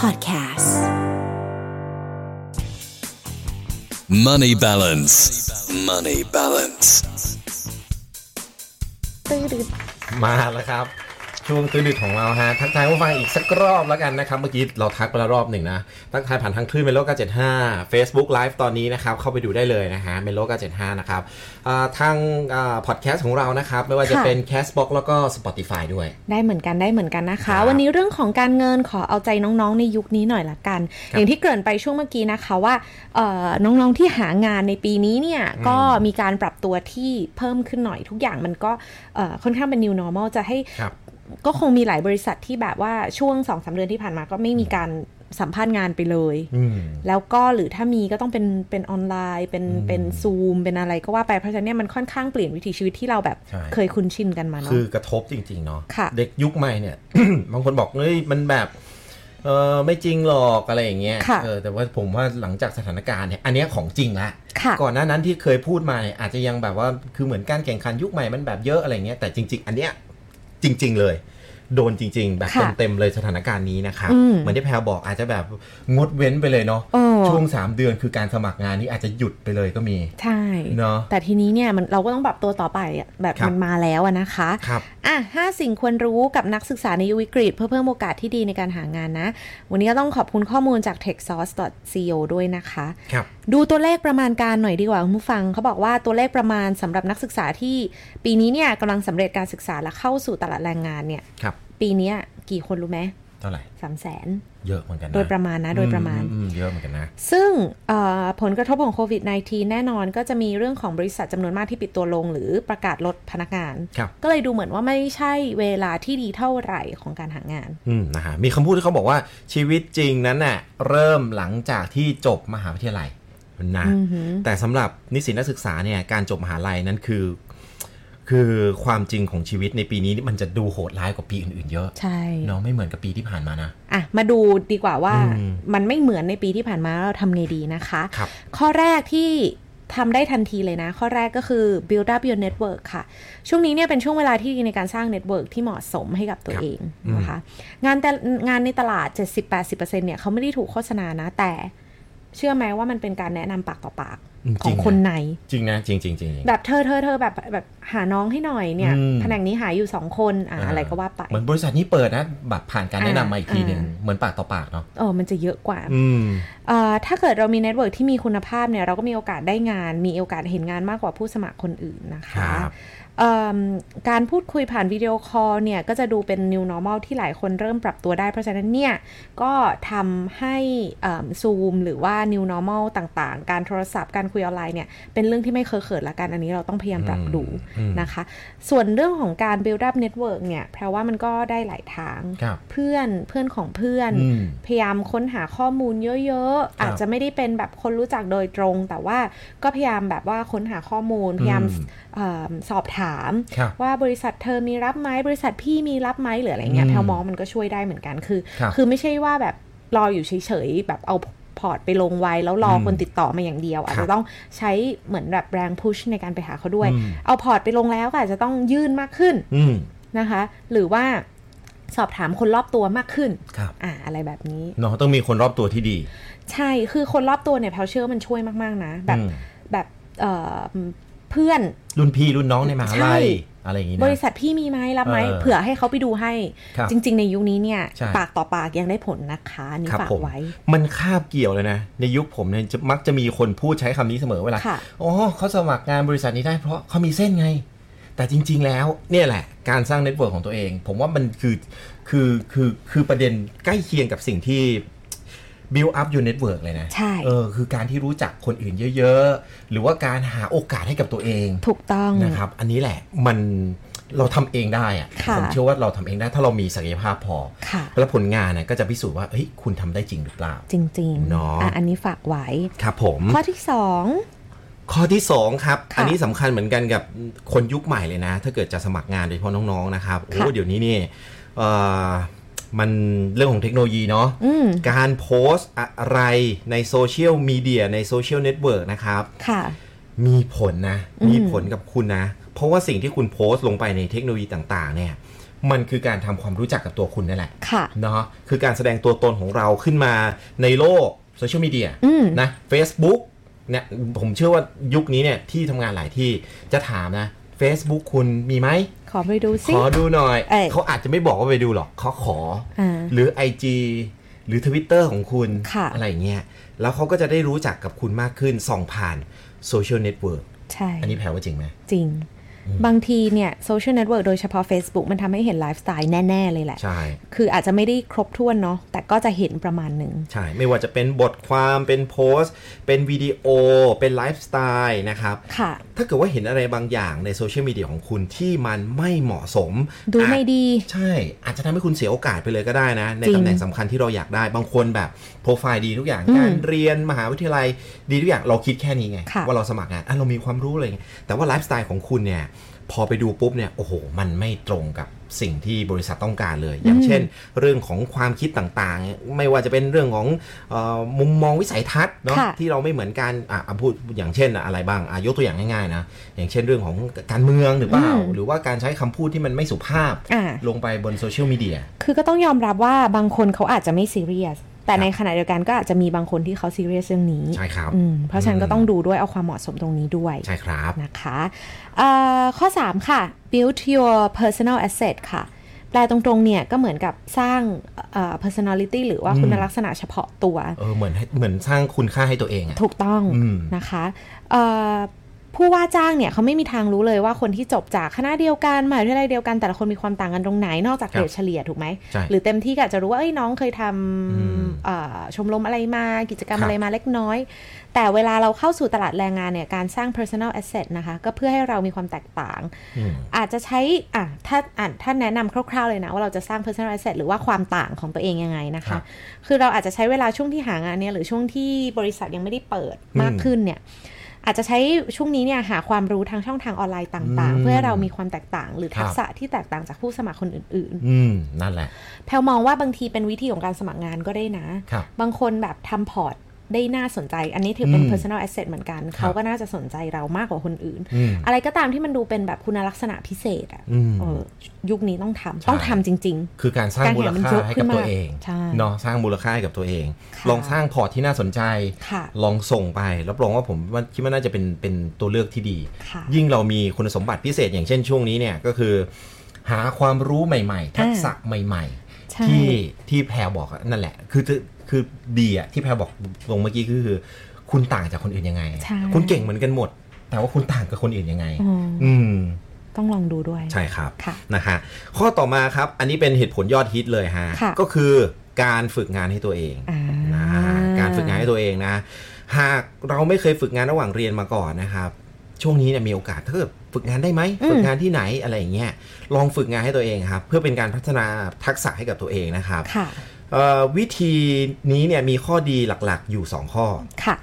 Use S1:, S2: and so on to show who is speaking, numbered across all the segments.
S1: Podcasts.
S2: Money balance. Money balance.
S3: ตื้อดึด
S4: มาแล้วครับ ช่วงตื้อดึกของเราฮะทักทายผู้ฟังอีกสักรอบแล้วกันนะครับ เมื่อกี้เราทักไปแล้วรอบหนึ่งนะทักทายผ่านทางคลื่นเมโล975 Facebook Live ตอนนี้นะครับ เข้าไปดูได้เลยนะฮะเมโล975 นะครับอ่าทางพอดแคสต์ของเรานะครับ ไม่ว่าจะเป็น Castbox แล้วก็ Spotify ด้วย
S3: ได้เหมือนกันได้เหมือนกันนะ
S4: ครั
S3: คะ
S4: บ
S3: วันนี้เรื่องของการเงินขอเอาใจน้องๆในยุคนี้หน่อยละกัน
S4: ครับ
S3: อย่างที่เกริ่นไปช่วงเมื่อกี้นะคะว่าเอ่อน้องๆที่หางานในปีนี้เนี่ย
S4: อืม
S3: ก็มีการปรับตัวที่เพิ่มขึ้นหน่อยทุกอย่างมันก็เอ่อค่อนข้างเป็น new normal จะให้
S4: ครับ
S3: ก็คงมีหลายบริษัทที่แบบว่าช่วง 2-3 เดือนที่ผ่านมาก็ไม่มีการสัมภาษณ์งานไปเลย แล้วก็หรือถ้ามีก็ต้องเป็นเป็นออนไลน์ เป็น
S4: อืม
S3: เป็นซูมเป็นอะไรก็ว่าไปเพราะฉะนั้นเนี่ยมันค่อนข้างเปลี่ยนวิถีชีวิตที่เราแบบ
S4: ใช่
S3: เคยคุ้นชินกันมาเนาะ
S4: คือกระทบจริง ๆ เนาะ
S3: ค่ะ
S4: เด็กยุคใหม่เนี่ย บางคนบอกเฮ้ยมันแบบเออไม่จริงหรอกอะไรอย่างเงี้ยเออแต่ว่าผมว่าหลังจากสถานการณ์เนี่ยอันเนี้ยของจริงละ
S3: ค่ะ
S4: ก่อนหน้านั้นที่เคยพูดมาเนี่ยอาจจะยังแบบว่าคือเหมือนการแข่งขันยุคใหม่มันแบบเยอะอะไรเงี้ยแต่จริง ๆ อันเนี้ยจริง ๆ เลย โดนจริง ๆ แบบ
S3: ค่ะ
S4: เต็มๆเลยสถานการณ์นี้นะครับ
S3: อืม
S4: เหมือนที่แพรบอกอาจจะแบบงดเว้นไปเลยเนาะ
S3: เออ
S4: ช่วง 3 เดือนคือการสมัครงานนี้อาจจะหยุดไปเลยก็มี
S3: ใช่
S4: เนาะ
S3: แต่ทีนี้เนี่ยมันเราก็ต้องปรับตัวต่อไปอะแบบ
S4: ครับ
S3: มันมาแล้วอะนะคะ
S4: ครับ
S3: อ่ะห้าสิ่งควรรู้กับนักศึกษาในยุควิกฤต เพื่อเพิ่มโอกาสที่ดีในการหางานนะ วันนี้ก็ต้องขอบคุณข้อมูลจาก techsource.co ด้วยนะคะ
S4: ครับ
S3: ดูตัวเลขประมาณการหน่อยดีกว่าคุณผู้ฟังเขาบอกว่าตัวเลขประมาณสำหรับนักศึกษาที่ ปีนี้เนี่ยกำลังสำเร็จการศึกษาและเข้าสู่ตลาดแรงงานเนี่ย
S4: ครับ
S3: ปีเนี้ยกี่คนรู้ไหม
S4: เท่าไหร่
S3: สามแสน
S4: เยอะเหมือนกันนะ
S3: โดยประมาณนะ โดยประมาณ
S4: อือือืเยอะเหมือนกันนะ
S3: ซึ่งเอ่อผลกระทบของโควิด -19 แน่นอนก็จะมีเรื่องของบริษัทจำนวนมากที่ปิดตัวลง หรือประกาศลดพนักงาน
S4: ครับ
S3: ก็เลยดูเหมือนว่าไม่ใช่เวลาที่ดีเท่าไหร่ของการหางาน
S4: อืมนะฮะมีคำพูดที่เขาบอกว่าชีวิตจริงนั้นน่ะเริ่มหลังจากที่จบมหาวิทยาลัยนะ
S3: อือหือ
S4: แต่สำหรับนิสิตนักศึกษาเนี่ยการจบมหาลัยนั้นคือ คือความจริงของชีวิตในปีนี้นี่มันจะดูโหดร้ายกว่าปีอื่นๆเยอะ
S3: ใช่
S4: เนาะไม่เหมือนกับปีที่ผ่านมานะ
S3: อ่ะมาดูดีกว่าว่า
S4: อืม
S3: มันไม่เหมือนในปีที่ผ่านมาแล้วเราทำไงดีนะคะ
S4: ครับ
S3: ข้อแรกที่ทำได้ทันทีเลยนะ ข้อแรกก็คือ build up your network ค่ะ ช่วงนี้เนี่ยเป็นช่วงเวลาที่ดีในการสร้าง network ที่เหมาะสมให้กับตั
S4: ค
S3: ว
S4: รับ
S3: เองนะคะงานแต่งานในตลาด 70-80%เนี่ยเขาไม่ได้ถูกโฆษณานะ แต่เชื่อไหมว่ามันเป็นการแนะนำปากต่อปาก
S4: อืม
S3: ข
S4: จริ
S3: อง
S4: งนะ
S3: คนใน
S4: จริงนะจริงจริงจริง
S3: แบบเธอเธอเธอแบบแบบหาน้องให้หน่อยเนี่ย
S4: อืม
S3: แผนกนี้หายอยู่สองคนอ่ะอะไรก็ว่าไป
S4: เหมือนบริษัทนี้เปิดนะแบบผ่านการแนะนำมาอีกทีหนึ่ง
S3: อ่า
S4: เหมือนปากต่อปากเนาะ
S3: เออมันจะเยอะกว่า
S4: อืม
S3: เอ่อถ้าเกิดเรามีเน็ตเวิร์กที่มีคุณภาพเนี่ยเราก็มีโอกาสได้งาน มีโอกาสเห็นงานมากกว่าผู้สมัครคนอื่นนะคะ
S4: ครับ
S3: เอิ่มการพูดคุยผ่านวิดีโอคอลเนี่ย ก็จะดูเป็น new normal ที่หลายคนเริ่มปรับตัวได้ เพราะฉะนั้นเนี่ย ก็ทำให้ซูมหรือว่า new normal ต่างๆ การโทรศัพท์การคุยออนไลน์เนี่ย เป็นเรื่องที่ไม่เคยเขินละกันอันนี้เราต้องพยายามปรับดู
S4: อืม
S3: นะคะ ส่วนเรื่องของการ build up network เนี่ยแปลว่ามันก็ได้หลายทาง
S4: ครับ
S3: เพื่อนเพื่อนของเพื่อน
S4: อืม
S3: พยายามค้นหาข้อมูลเยอะๆ อาจจะไม่ได้เป็นแบบคนรู้จักโดยตรง แต่ว่าก็พยายามแบบว่าค้นหาข้อมูล พยายาม
S4: อืม
S3: เอ่อสอบถาม
S4: ครับ
S3: ว่าบริษัทเธอมีรับไหมบริษัทพี่มีรับไหมหรืออะไรเงี้ย
S4: อืม
S3: แพลวมองมันก็ช่วยได้เหมือนกันคือ
S4: ครับ
S3: คือไม่ใช่ว่าแบบรออยู่เฉยๆ แบบเอาพอร์ตไปลงไว้แล้วรออ
S4: ม
S3: คนติดต่อมาอย่างเดียว อาจ
S4: ครั
S3: จะ
S4: บ
S3: ต้องใช้เหมือนแบบแรงพุชในการไปหาเขาด้วย
S4: อืม
S3: เอาพอร์ตไปลงแล้วก็อาจจะต้องยื่นมากขึ้น
S4: อืม
S3: นะคะ หรือว่าสอบถามคนรอบตัวมากขึ้น
S4: ครับ
S3: อ่าอะไรแบบนี้
S4: เนาะต้องมีคนรอบตัวที่ดี
S3: ใช่ คือคนรอบตัวเนี่ยแพลเชื่อว่ามันช่วยมาก ๆ นะ แบบ
S4: อืม
S3: แบบเอ่อเพื่อน
S4: รุ่นพี่รุ่นน้องในมหา
S3: ใช่
S4: ลัยอะไรอย่างงี้
S3: บ
S4: นะ
S3: ริษัทพี่มีไหมรับไหม
S4: เออ
S3: เผื่อให้เขาไปดูให้
S4: ครับ
S3: จริง ๆ ในยุคนี้เนี่ย
S4: ใช่
S3: ปากต่อปากยังได้ผลนะคะอันนี่
S4: ครับ
S3: ฝาก
S4: ผม
S3: ไว้
S4: มันคาบเกี่ยวเลยนะ ในยุคผมเนี่ยจะมักจะมีคนพูดใช้คำนี้เสมอเวลา
S3: ค่ะ
S4: อ๋อเขาสมัครงานบริษัทนี้ได้เพราะเขามีเส้นไง แต่จริง ๆ แล้วเนี่ยแหละ การสร้างเน็ตเวิร์กของตัวเอง ผมว่ามันคือคือคือคือประเด็นใกล้เคียงกับสิ่งที่ build up your network เลยนะ
S3: ใช่
S4: เออคือการที่รู้จักคนอื่นเยอะ ๆ หรือว่าการหาโอกาสให้กับตัวเอง
S3: ถูกต้อง
S4: นะครับ อันนี้แหละมันเราทำเองได้อะ
S3: ค่ะ
S4: ผมเชื่อว่าเราทำเองได้ถ้าเรามีศักยภาพพอ
S3: ค่ะ
S4: แล้วผลงานเนี่ยก็จะพิสูจน์ว่าเฮ้ยคุณทำได้จริงหรือเปล่า
S3: จริงๆ
S4: เนาะ
S3: อ่ะอันนี้ฝากไว้
S4: ครับผม
S3: ข้อที่สอง
S4: ข้อที่ 2 ครับ
S3: ค่ะ
S4: อันนี้สำคัญเหมือนกันกับคนยุคใหม่เลยนะ ถ้าเกิดจะสมัครงานโดยเฉพาะน้องๆนะครับ โอ้
S3: ค่ะ
S4: เดี๋ยวนี้นี่เอ่อมันเรื่องของเทคโนโลยีเนาะ
S3: อืม
S4: การโพสต์อะไรในโซเชียลมีเดียในโซเชียลเน็ตเวิร์กนะครับ
S3: ค่ะ
S4: มีผลนะ
S3: อืม
S4: มีผลกับคุณนะ เพราะว่าสิ่งที่คุณโพสต์ลงไปในเทคโนโลยีต่างๆ เนี่ย มันคือการทำความรู้จักกับตัวคุณนั่นแหละ
S3: ค่ะ
S4: เนาะคือการแสดงตัวตนของเราขึ้นมาในโลกโซเชียลมีเดีย
S3: อืม
S4: นะ Facebook เนี่ยผมเชื่อว่ายุคนี้เนี่ยที่ทำงานหลายที่จะถามนะ Facebook คุณมีไหม
S3: ขอไปดู
S4: ข
S3: ซิ
S4: อดูหน่อย
S3: เอ้ย
S4: เขาอาจจะไม่บอกว่าไปดูหรอกเขาขอ
S3: า
S4: หรือ IG หรือ Twitter ของคุณ
S3: ค่ะ
S4: อะไรอย่างเงี้ยแล้วเขาก็จะได้รู้จักกับคุณมากขึ้นส่องผ่านโซเชียลเน็ตเวิร์ก
S3: ใช่
S4: อันนี้แพลว่าจริงไหม
S3: จริง บางทีเนี่ยโซเชียลเน็ตเวิร์กโดยเฉพาะ Facebook มันทำให้เห็นไลฟ์สไตล์แน่ ๆ เลยแหละ
S4: ใช่
S3: คืออาจจะไม่ได้ครบถ้วนเนาะแต่ก็จะเห็นประมาณหนึ่ง
S4: ใช่ ไม่ว่าจะเป็นบทความเป็นโพสต์ เป็นวิดีโอ เป็นไลฟ์สไตล์นะครับ
S3: ค่ะ
S4: ถ้าเกิดว่าเห็นอะไรบางอย่างในโซเชียลมีเดียของคุณที่มันไม่เหมาะสม
S3: ดู
S4: อาจ
S3: ไม่ดี
S4: ใช่ อาจจะทำให้คุณเสียโอกาสไปเลยก็ได้นะ ใน
S3: จริง
S4: ตำแหน่งสำคัญที่เราอยากได้ บางคนแบบโปรไฟล์ดีทุกอย่าง การเรียนมหาวิทยาลัยดีทุกอย่าง เราคิดแค่นี้ไง
S3: ค่ะ
S4: ว่าเราสมัครงานอ่ะเรามีความรู้อะไรเงี้ยแต่ว่าไลฟ์สไตล์ของคุณเนี่ย พอไปดูปุ๊บเนี่ย โอ้โห มันไม่ตรงกับสิ่งที่บริษัทต้องการเลย อย่างเช่น เรื่องของความคิดต่างๆ ไม่ว่าจะเป็นเรื่องของเออมุมมองวิสัยทัศน์เนาะ
S3: ค่ะ
S4: ที่เราไม่เหมือนกันอ่ะอ่ะพูดอย่างเช่นอะไรบ้างอ่ะยกตัวอย่างง่ายๆนะ อย่างเช่นเรื่องของการเมืองหรือเปล่า หรือว่าการใช้คำพูดที่มันไม่สุภาพ
S3: อ่า
S4: ลงไปบนโซเชียลมีเดีย
S3: คือก็ต้องยอมรับว่าบางคนเขาอาจจะไม่ซีเรียส แต่
S4: ครับ
S3: ในขณะเดียวกันก็อาจจะมีบางคนที่เขาซีเรียสเรื่องนี้
S4: ใช่ครับ
S3: อืมเพราะฉะนั้นก็
S4: อืม
S3: ต้องดูด้วยเอาความเหมาะสมตรงนี้ด้วย
S4: ใช่ครับ
S3: นะคะเอ่อข้อ 3 ค่ะ build your personal asset ค่ะ แปลตรงๆ เนี่ย ก็เหมือนกับสร้างเอ่อ personality หรือว่า
S4: อืม
S3: คุณลักษณะเฉพาะตัว
S4: เออเหมือนให้เหมือนสร้างคุณค่าให้ตัวเองอะ
S3: ถูกต้อง
S4: อืม
S3: นะคะเอ่อผู้ว่าจ้างเนี่ยเขาไม่มีทางรู้เลยว่าคนที่จบจากคณะเดียวกันมหาวิทยาลัยเดียวกันแต่ละคนมีความต่างกันตรงไหนนอกจากเกรดเฉลี่ยถูกไหม
S4: ใช่
S3: หรือเต็มที่ก็อาจจะรู้ว่า เอ้ยน้องเคยท
S4: ม
S3: ำเอ่อชมรมอะไรมากิจกรรม
S4: ครับ
S3: อะไรมาเล็กน้อย แต่เวลาเราเข้าสู่ตลาดแรงงานเนี่ย การสร้าง personal asset นะคะ ก็เพื่อให้เรามีความแตกต่าง
S4: อืม
S3: อาจจะใช้อ่ะถ้าอ่านถ้าแนะนำคร่าวๆเลยนะ ว่าเราจะสร้าง personal asset หรือว่าความต่างของตัวเองยังไงนะ
S4: ครั
S3: คะ
S4: บ
S3: คือเราอาจจะใช้เวลาช่วงที่หางานเนี่ยหรือช่วงที่บริษัทยังไม่ได้เปิด
S4: อืม
S3: มากขึ้นเนี่ยอาจจะใช้ช่วงนี้เนี่ยหาความรู้ทางช่องทางออนไลน์ต่าง
S4: อืม
S3: ๆเพื่อให้เรามีความแตกต่าง หรือ
S4: ครับ
S3: ทักษะที่แตกต่างจากผู้สมัครคนอื่น ๆ
S4: อืม นั่นแหละ
S3: แพลมองว่าบางทีเป็นวิธีของการสมัครงานก็ได้นะ
S4: ครับ
S3: บางคนแบบทำพอร์ตได้น่าสนใจ อันนี้ถือเป็น
S4: อืม
S3: personal asset เหมือนกัน เขาก็น่าจะสนใจเรามากกว่าคนอื่น
S4: อืม
S3: อะไรก็ตามที่มันดูเป็นแบบคุณลักษณะพิเศษอะ
S4: อืม
S3: เออยุคนี้ต้องทำ
S4: ใช่
S3: ต้องทำจริง
S4: คือการสร้างมูลค่าให้กับตัวเอง
S3: ใช่
S4: เนาะสร้างมูลค่าให้กับตัวเอง
S3: ค่ะ
S4: ลองสร้างพอร์ตที่น่าสนใจ
S3: ๆ ค่ะ
S4: ลองส่งไปรับรองว่าผมว่าคิดว่าน่าจะเป็นเป็นตัวเลือกที่ดี
S3: ค่ะ
S4: ยิ่งเรามีคุณสมบัติพิเศษอย่างเช่นช่วงนี้เนี่ยก็คือ หาความรู้ใหม่ ๆ ทักษะใหม่ ๆ
S3: ใช่
S4: ที่ที่แพรบอกอะนั่นแหละ คือคือคือดีอะที่แพรบอกตรงเมื่อกี้คือคือ คุณต่างจากคนอื่นยังไง
S3: ใช่
S4: คุณเก่งเหมือนกันหมด แต่ว่าคุณต่างกับคนอื่นยังไง
S3: อ๋อ
S4: อืม
S3: ต้องลองดูด้วย
S4: ใช่ครับ
S3: ค่ะ
S4: นะฮะข้อต่อมาครับ อันนี้เป็นเหตุผลยอดฮิตเลยฮะ
S3: ค่ะ
S4: ก็คือการฝึกงานให้ตัวเอง
S3: อ่า
S4: นะการฝึกงานให้ตัวเองนะ หากเราไม่เคยฝึกงานระหว่างเรียนมาก่อนนะครับ ช่วงนี้เนี่ยมีโอกาสถ้าเกิดฝึกงานได้ไหม
S3: อืม
S4: ฝึกงานที่ไหนอะไรอย่างเงี้ยลองฝึกงานให้ตัวเองครับเพื่อเป็นการพัฒนาทักษะให้กับตัวเองนะครับ
S3: ค่ะ
S4: เอ่อวิธีนี้เนี่ยมีข้อดีหลักๆอยู่ 2 ข้อ
S3: ค่ะ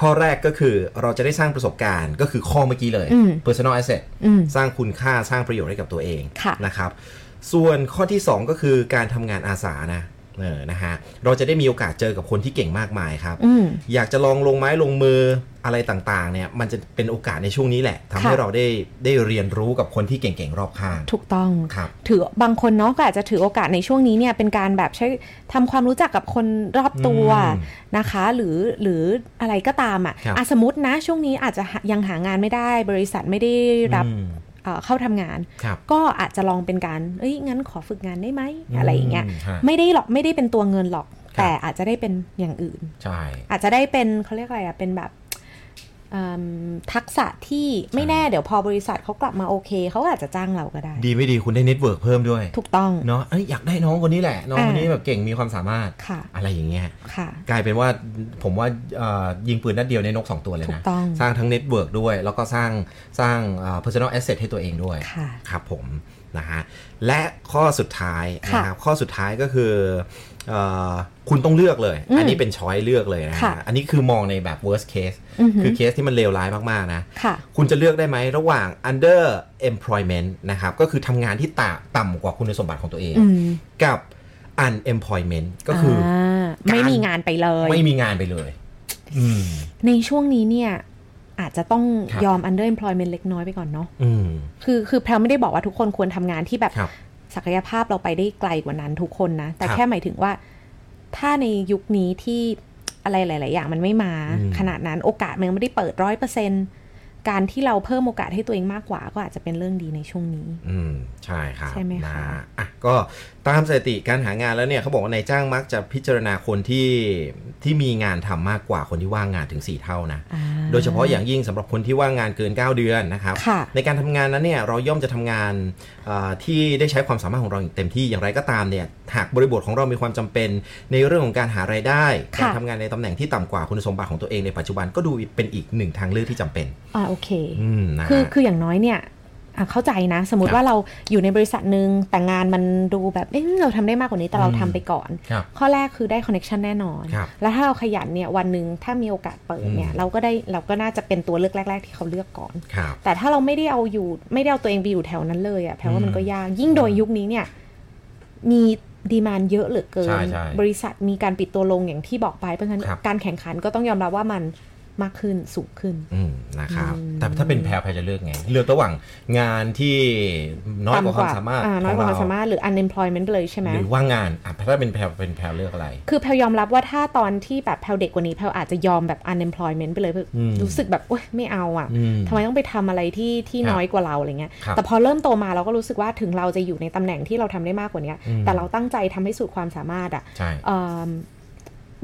S4: ข้อแรกก็คือเราจะได้สร้างประสบการณ์ก็คือข้อเมื่อกี้เลย
S3: อืม
S4: personal asset
S3: อืม
S4: สร้างคุณค่าสร้างประโยชน์ให้กับตัวเอง
S3: ค่ะ
S4: นะครับ ส่วนข้อที่ 2 ก็คือการทำงานอาสานะเออนะฮะเราจะได้มีโอกาสเจอกับคนที่เก่งมากมายครับ
S3: อืม
S4: อยากจะลองลงไม้ลงมืออะไรต่างๆเนี่ยมันจะเป็นโอกาสในช่วงนี้แหละทำให้
S3: ค่ะ
S4: เราได้ได้เรียนรู้กับคนที่เก่งๆรอบข้าง
S3: ถูกต้อง
S4: ครับ
S3: ถือบางคนเนาะก็อาจจะถือโอกาสในช่วงนี้เนี่ยเป็นการแบบใช้ทำความรู้จักกับคนรอบตัว
S4: อืม
S3: นะคะ หรือหรืออะไรก็ตามอ่ะ
S4: ครับ
S3: อ่ะสมมตินะ ช่วงนี้อาจจะหายังหางานไม่ได้ บริษัทไม่ได้รับ
S4: อืม
S3: เอ่อเข้าทำงาน
S4: ครับ
S3: ก็อาจจะลองเป็นการเอ้ยงั้นขอฝึกงานได้ไหมอะไรอย่างเงี้ย
S4: มฮะ
S3: ไม่ได้หรอกไม่ได้เป็นตัวเงินหรอก
S4: ครับ
S3: แต่อาจจะได้เป็นอย่างอื่น
S4: ใช่
S3: อาจจะได้เป็นเขาเรียกอะไรอะเป็นแบบเอิ่มทักษะที่ไม่แน่เดี๋ยวพอบริษัทเขากลับมาโอเคเขาก็อาจจะจ้างเราก็ได้
S4: ดีไม่ดีคุณได้เน็ตเวิร์กเพิ่มด้วย
S3: ถูกต้อง
S4: เนาะเอ้ยอยากได้น้องคนนี้แหละ น้องคนนี้
S3: อ่า
S4: แบบเก่งมีความสามารถ
S3: ค่ะ
S4: อะไรอย่างเงี้ย
S3: ค่ะ
S4: กลายเป็นว่าผมว่าเอ่อยิงปืนนัดเดียวในนก 2 ตัวเลย
S3: ถูก
S4: นะ
S3: ต้อง
S4: สร้างทั้งเน็ตเวิร์กด้วย แล้วก็สร้างสร้างเอ่อ personal asset ให้ตัวเองด้วย
S3: ค่ะ
S4: ครับผม นะฮะ และข้อสุดท้าย
S3: ค่ะ
S4: นะครับข้อสุดท้ายก็คือเอ่อคุณต้องเลือกเลย
S3: อืม
S4: อันนี้เป็นช้อยเลือกเลยนะ
S3: ค่ะ
S4: ฮะอันนี้คือมองในแบบ worst case
S3: อือหือ
S4: คือเคสที่มันเลวร้ายมากๆนะ
S3: ค่ะ
S4: คุณจะเลือกได้ไหมระหว่าง under employment นะครับ ก็คือทำงานที่ต่ำต่ำกว่าคุณสมบัติของตัวเอง
S3: อืม
S4: กับ unemployment ก็คืออ
S3: าไม่มีงานไปเลย
S4: ไม่มีงานไปเลย อืม
S3: ในช่วงนี้เนี่ย อาจจะต้อง
S4: ครับ
S3: ยอม underemployment เล็กน้อยไปก่อนเนาะ
S4: อืม
S3: คือคือแพลไม่ได้บอกว่าทุกคนควรทำงานที่แบบ
S4: ครับ
S3: ศักยภาพเราไปได้ไกลกว่านั้นทุกคนนะ แต่
S4: ครับ
S3: แค่หมายถึงว่า ถ้าในยุคนี้ที่อะไรหลาย ๆ อย่างมันไม่มา
S4: อืม
S3: ขนาดนั้นโอกาสมันยังไม่ได้เปิดร้อยเปอร์เซนการที่เราเพิ่มโอกาสให้ตัวเองมากกว่า ก็อาจจะเป็นเรื่องดีในช่วงนี้
S4: อืมใช่ครับ
S3: ใช่ไหมคะ
S4: นอ่ะก็ตามสถิติการหางานแล้วเนี่ยเขาบอกว่านายจ้างมักจะพิจารณาคนที่ที่มีงานทำมากกว่าคนที่ว่างงานถึง 4 เท่านะ
S3: อ่า
S4: โดยเฉพาะอย่างยิ่งสำหรับคนที่ว่างงานเกิน 9 เดือนนะครับ
S3: ค่ะ
S4: ในการทำงานนั้นเนี่ยเราย่อมจะทำงานเอ่อที่ได้ใช้ความสามารถของเราอย่างเต็มที่อย่างไรก็ตามเนี่ยหากบริบทของเรามีความจำเป็น ในเรื่องของการหารายได้
S3: ค่ะ
S4: การทำงานในตำแหน่งที่ต่ำกว่าคุณสมบัติของตัวเองในปัจจุบันก็ดูเป็นอีกหนึ่งทางเลือกที่จำเป็น
S3: อ่าโอเค
S4: อืมนะฮะ
S3: คือคืออย่างน้อยเนี่ยอ่ะเข้าใจนะ สมม
S4: ครั
S3: ติ
S4: บ
S3: ว่าเราอยู่ในบริษัทหนึ่งแต่งานมันดูแบบเอ๊ะเราทำได้มากกว่านี้แต่เรา
S4: อืม
S3: ทำไปก่อน
S4: ครับ
S3: ข้อแรกคือได้คอนเน็ชันแน่นอน
S4: ครับ
S3: แล้วถ้าเราขยันเนี่ยวันหนึ่งถ้ามีโอกาสเปิดเนี่ย
S4: อืม
S3: เราก็ได้เราก็น่าจะเป็นตัวเลือกแรก ๆ ที่เขาเลือกก่อน
S4: ครับ
S3: แต่ถ้าเราไม่ได้เอาอยู่ไม่ได้เอาตัวเองไปอยู่แถวนั้นเลยอะ่ะแปลว่ามันก็ยากยิ่งโดยยุคนี้เนี่ยมีดีมานเยอะเหลือเกิน
S4: ใช่ใช่
S3: บริษัทมีการปิดตัวลงอย่างที่บอกไปเพราะฉะนั้น
S4: ครับ
S3: การแข่งขันก็ต้องยอมรับว่ามันมากขึ้นสูงขึ้น
S4: อืมนะครับ
S3: อืม
S4: แต่ถ้าเป็นแพรแพรจะเลือกไง เลือกระหว่างงานที่น้อยกว่าความสามารถ
S3: อ่น้อยก
S4: ข
S3: ว่า
S4: อง
S3: ความสามารถหรือ unemployment ไปเลยใช่ไหม
S4: หรือว่างงานอ่ะถ้าเป็นแพรเป็นแพรเลือกอะไร
S3: คือแพลว ยอมรับว่าถ้าตอนที่แบบแพลวเด็กกว่านี้แพลวอาจจะยอมแบบ unemployment ไปเลยเพราะ
S4: อืม
S3: รู้สึกแบบโอ๊ยไม่เอาอ่ะ
S4: อืม
S3: ทำไมต้องไปทำอะไรที่ที่
S4: ครับ
S3: น้อยกว่าเราอะไรเงี้ย
S4: ครับ
S3: แต่พอเริ่มโตมาเราก็รู้สึกว่าถึงเราจะอยู่ในตำแหน่งที่เราทำได้มากกว่านี้
S4: อืม
S3: แต่เราตั้งใจทำให้สุดความสามารถอ่ะ
S4: ใช่
S3: เอิ่ม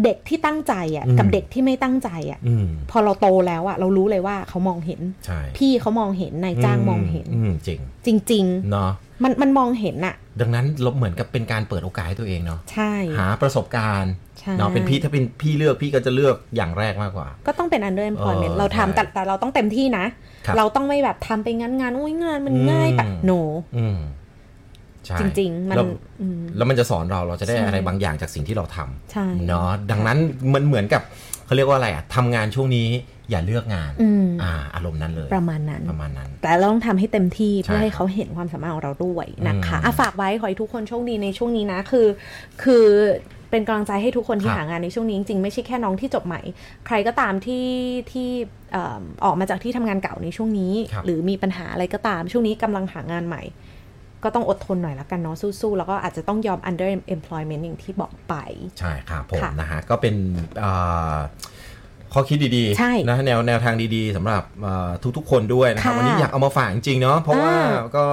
S3: เด็กที่ตั้งใจอ่ะ
S4: อืม
S3: กับเด็กที่ไม่ตั้งใจอ่ะ
S4: อืม
S3: พอเราโตแล้วอ่ะเรารู้เลยว่าเขามองเห็น
S4: ใช่
S3: พี่เขามองเห็นนายจ้างมองเห็น
S4: อืมจริง
S3: จริง
S4: เนาะ
S3: ๆ มันมันมองเห็นอ่ะ
S4: ดังนั้นเราเหมือนกับเป็นการเปิดโอกาสให้ตัวเองเนาะ
S3: ใช่
S4: หาประสบการณ์
S3: ใช่
S4: เนาะเป็นพี่ถ้าเป็นพี่เลือกพี่ก็จะเลือกอย่างแรกมากกว่า
S3: ก็ต้องเป็น under employment
S4: เออ
S3: เรา
S4: ใช่
S3: ทำแต่แต่เราต้องเต็มที่นะ
S4: ครับ
S3: เราต้องไม่แบบทำไปงั้นงานโอ้ยงานมันง่าย
S4: อืม
S3: แบบ no
S4: อืมใช่
S3: จริง ๆ มัน
S4: แล้ว
S3: อืม
S4: แล้วมันจะสอนเราเราจะได้
S3: ใช่
S4: อะไรบางอย่างจากสิ่งที่เราทำ
S3: ใช่
S4: เนาะดังนั้นมันเหมือนกับเขาเรียกว่าอะไรอะทำงานช่วงนี้อย่าเลือกงาน
S3: อืม
S4: อ่าอารมณ์นั้นเลย
S3: ประมาณนั้น
S4: ประมาณนั้น
S3: แต่เราต้องทำให้เต็มที่
S4: ใช่
S3: เพื่อให้เขาเห็นความสามารถของเราด้วยนะคะ
S4: อืม
S3: อ่ะฝากไว้ขอให้ทุกคนโชคดีในช่วงนี้นะ คือ คือเป็นกำลังใจให้ทุกคน
S4: ค
S3: ที่
S4: รับ
S3: หางานในช่วงนี้จริงๆไม่ใช่แค่น้องที่จบใหม่ ใครก็ตามที่ที่เอิ่มออกมาจากที่ทำงานเก่าในช่วงนี้
S4: ครับ
S3: หรือมีปัญหาอะไรก็ตาม ช่วงนี้กำลังหางานใหม่ ก็ต้องอดทนหน่อยละกันเนาะสู้ๆแล้วก็อาจจะต้องยอม under employment อย่างที่บอกไป
S4: ใช่ครับผม
S3: ค่ะ
S4: นะฮะก็เป็นอ่าข้อคิดดี
S3: ใช่
S4: ๆนะแนวแนวทางดีๆสำหรับอ่าทุกๆ คนด้วยนะครับ
S3: ค่ะ
S4: วันนี้อยากเอามาฝากจริงๆเนาะเพราะว่า
S3: อ่า
S4: ก็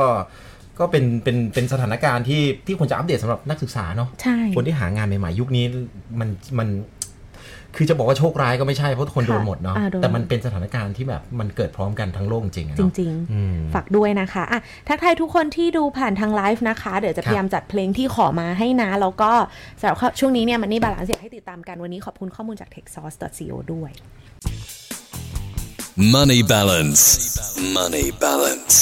S4: ก็เป็นเป็นเป็นสถานการณ์ที่ที่ควรจะอัปเดตสำหรับนักศึกษาเนาะ
S3: ใช่
S4: คนที่หางานใหม่ๆยุคนี้มันมันคือจะบอกว่าโชคร้ายก็ไม่ใช่เพราะทุกคน
S3: ค่ะ
S4: โดนหมดเนาะ
S3: อ่าโดน
S4: แต่มันเป็นสถานการณ์ที่แบบมันเกิดพร้อมกันทั้งโลกจริงๆอะ
S3: จ
S4: เนาะ
S3: ริง ๆ
S4: อืม
S3: ฝากด้วยนะคะอ่ะทักทายทุกคนที่ดูผ่านทางไลฟ์นะคะ เดี๋ยวจะพยายามจัดเพลงที่ขอมาให้นะ แล้วก็สำหรับช่วงนี้เนี่ยมันนี่บาลานซ์อยากให้ติดตามกัน วันนี้ขอบคุณข้อมูลจาก techsource.co ด้วย
S2: Money balance. Money balance.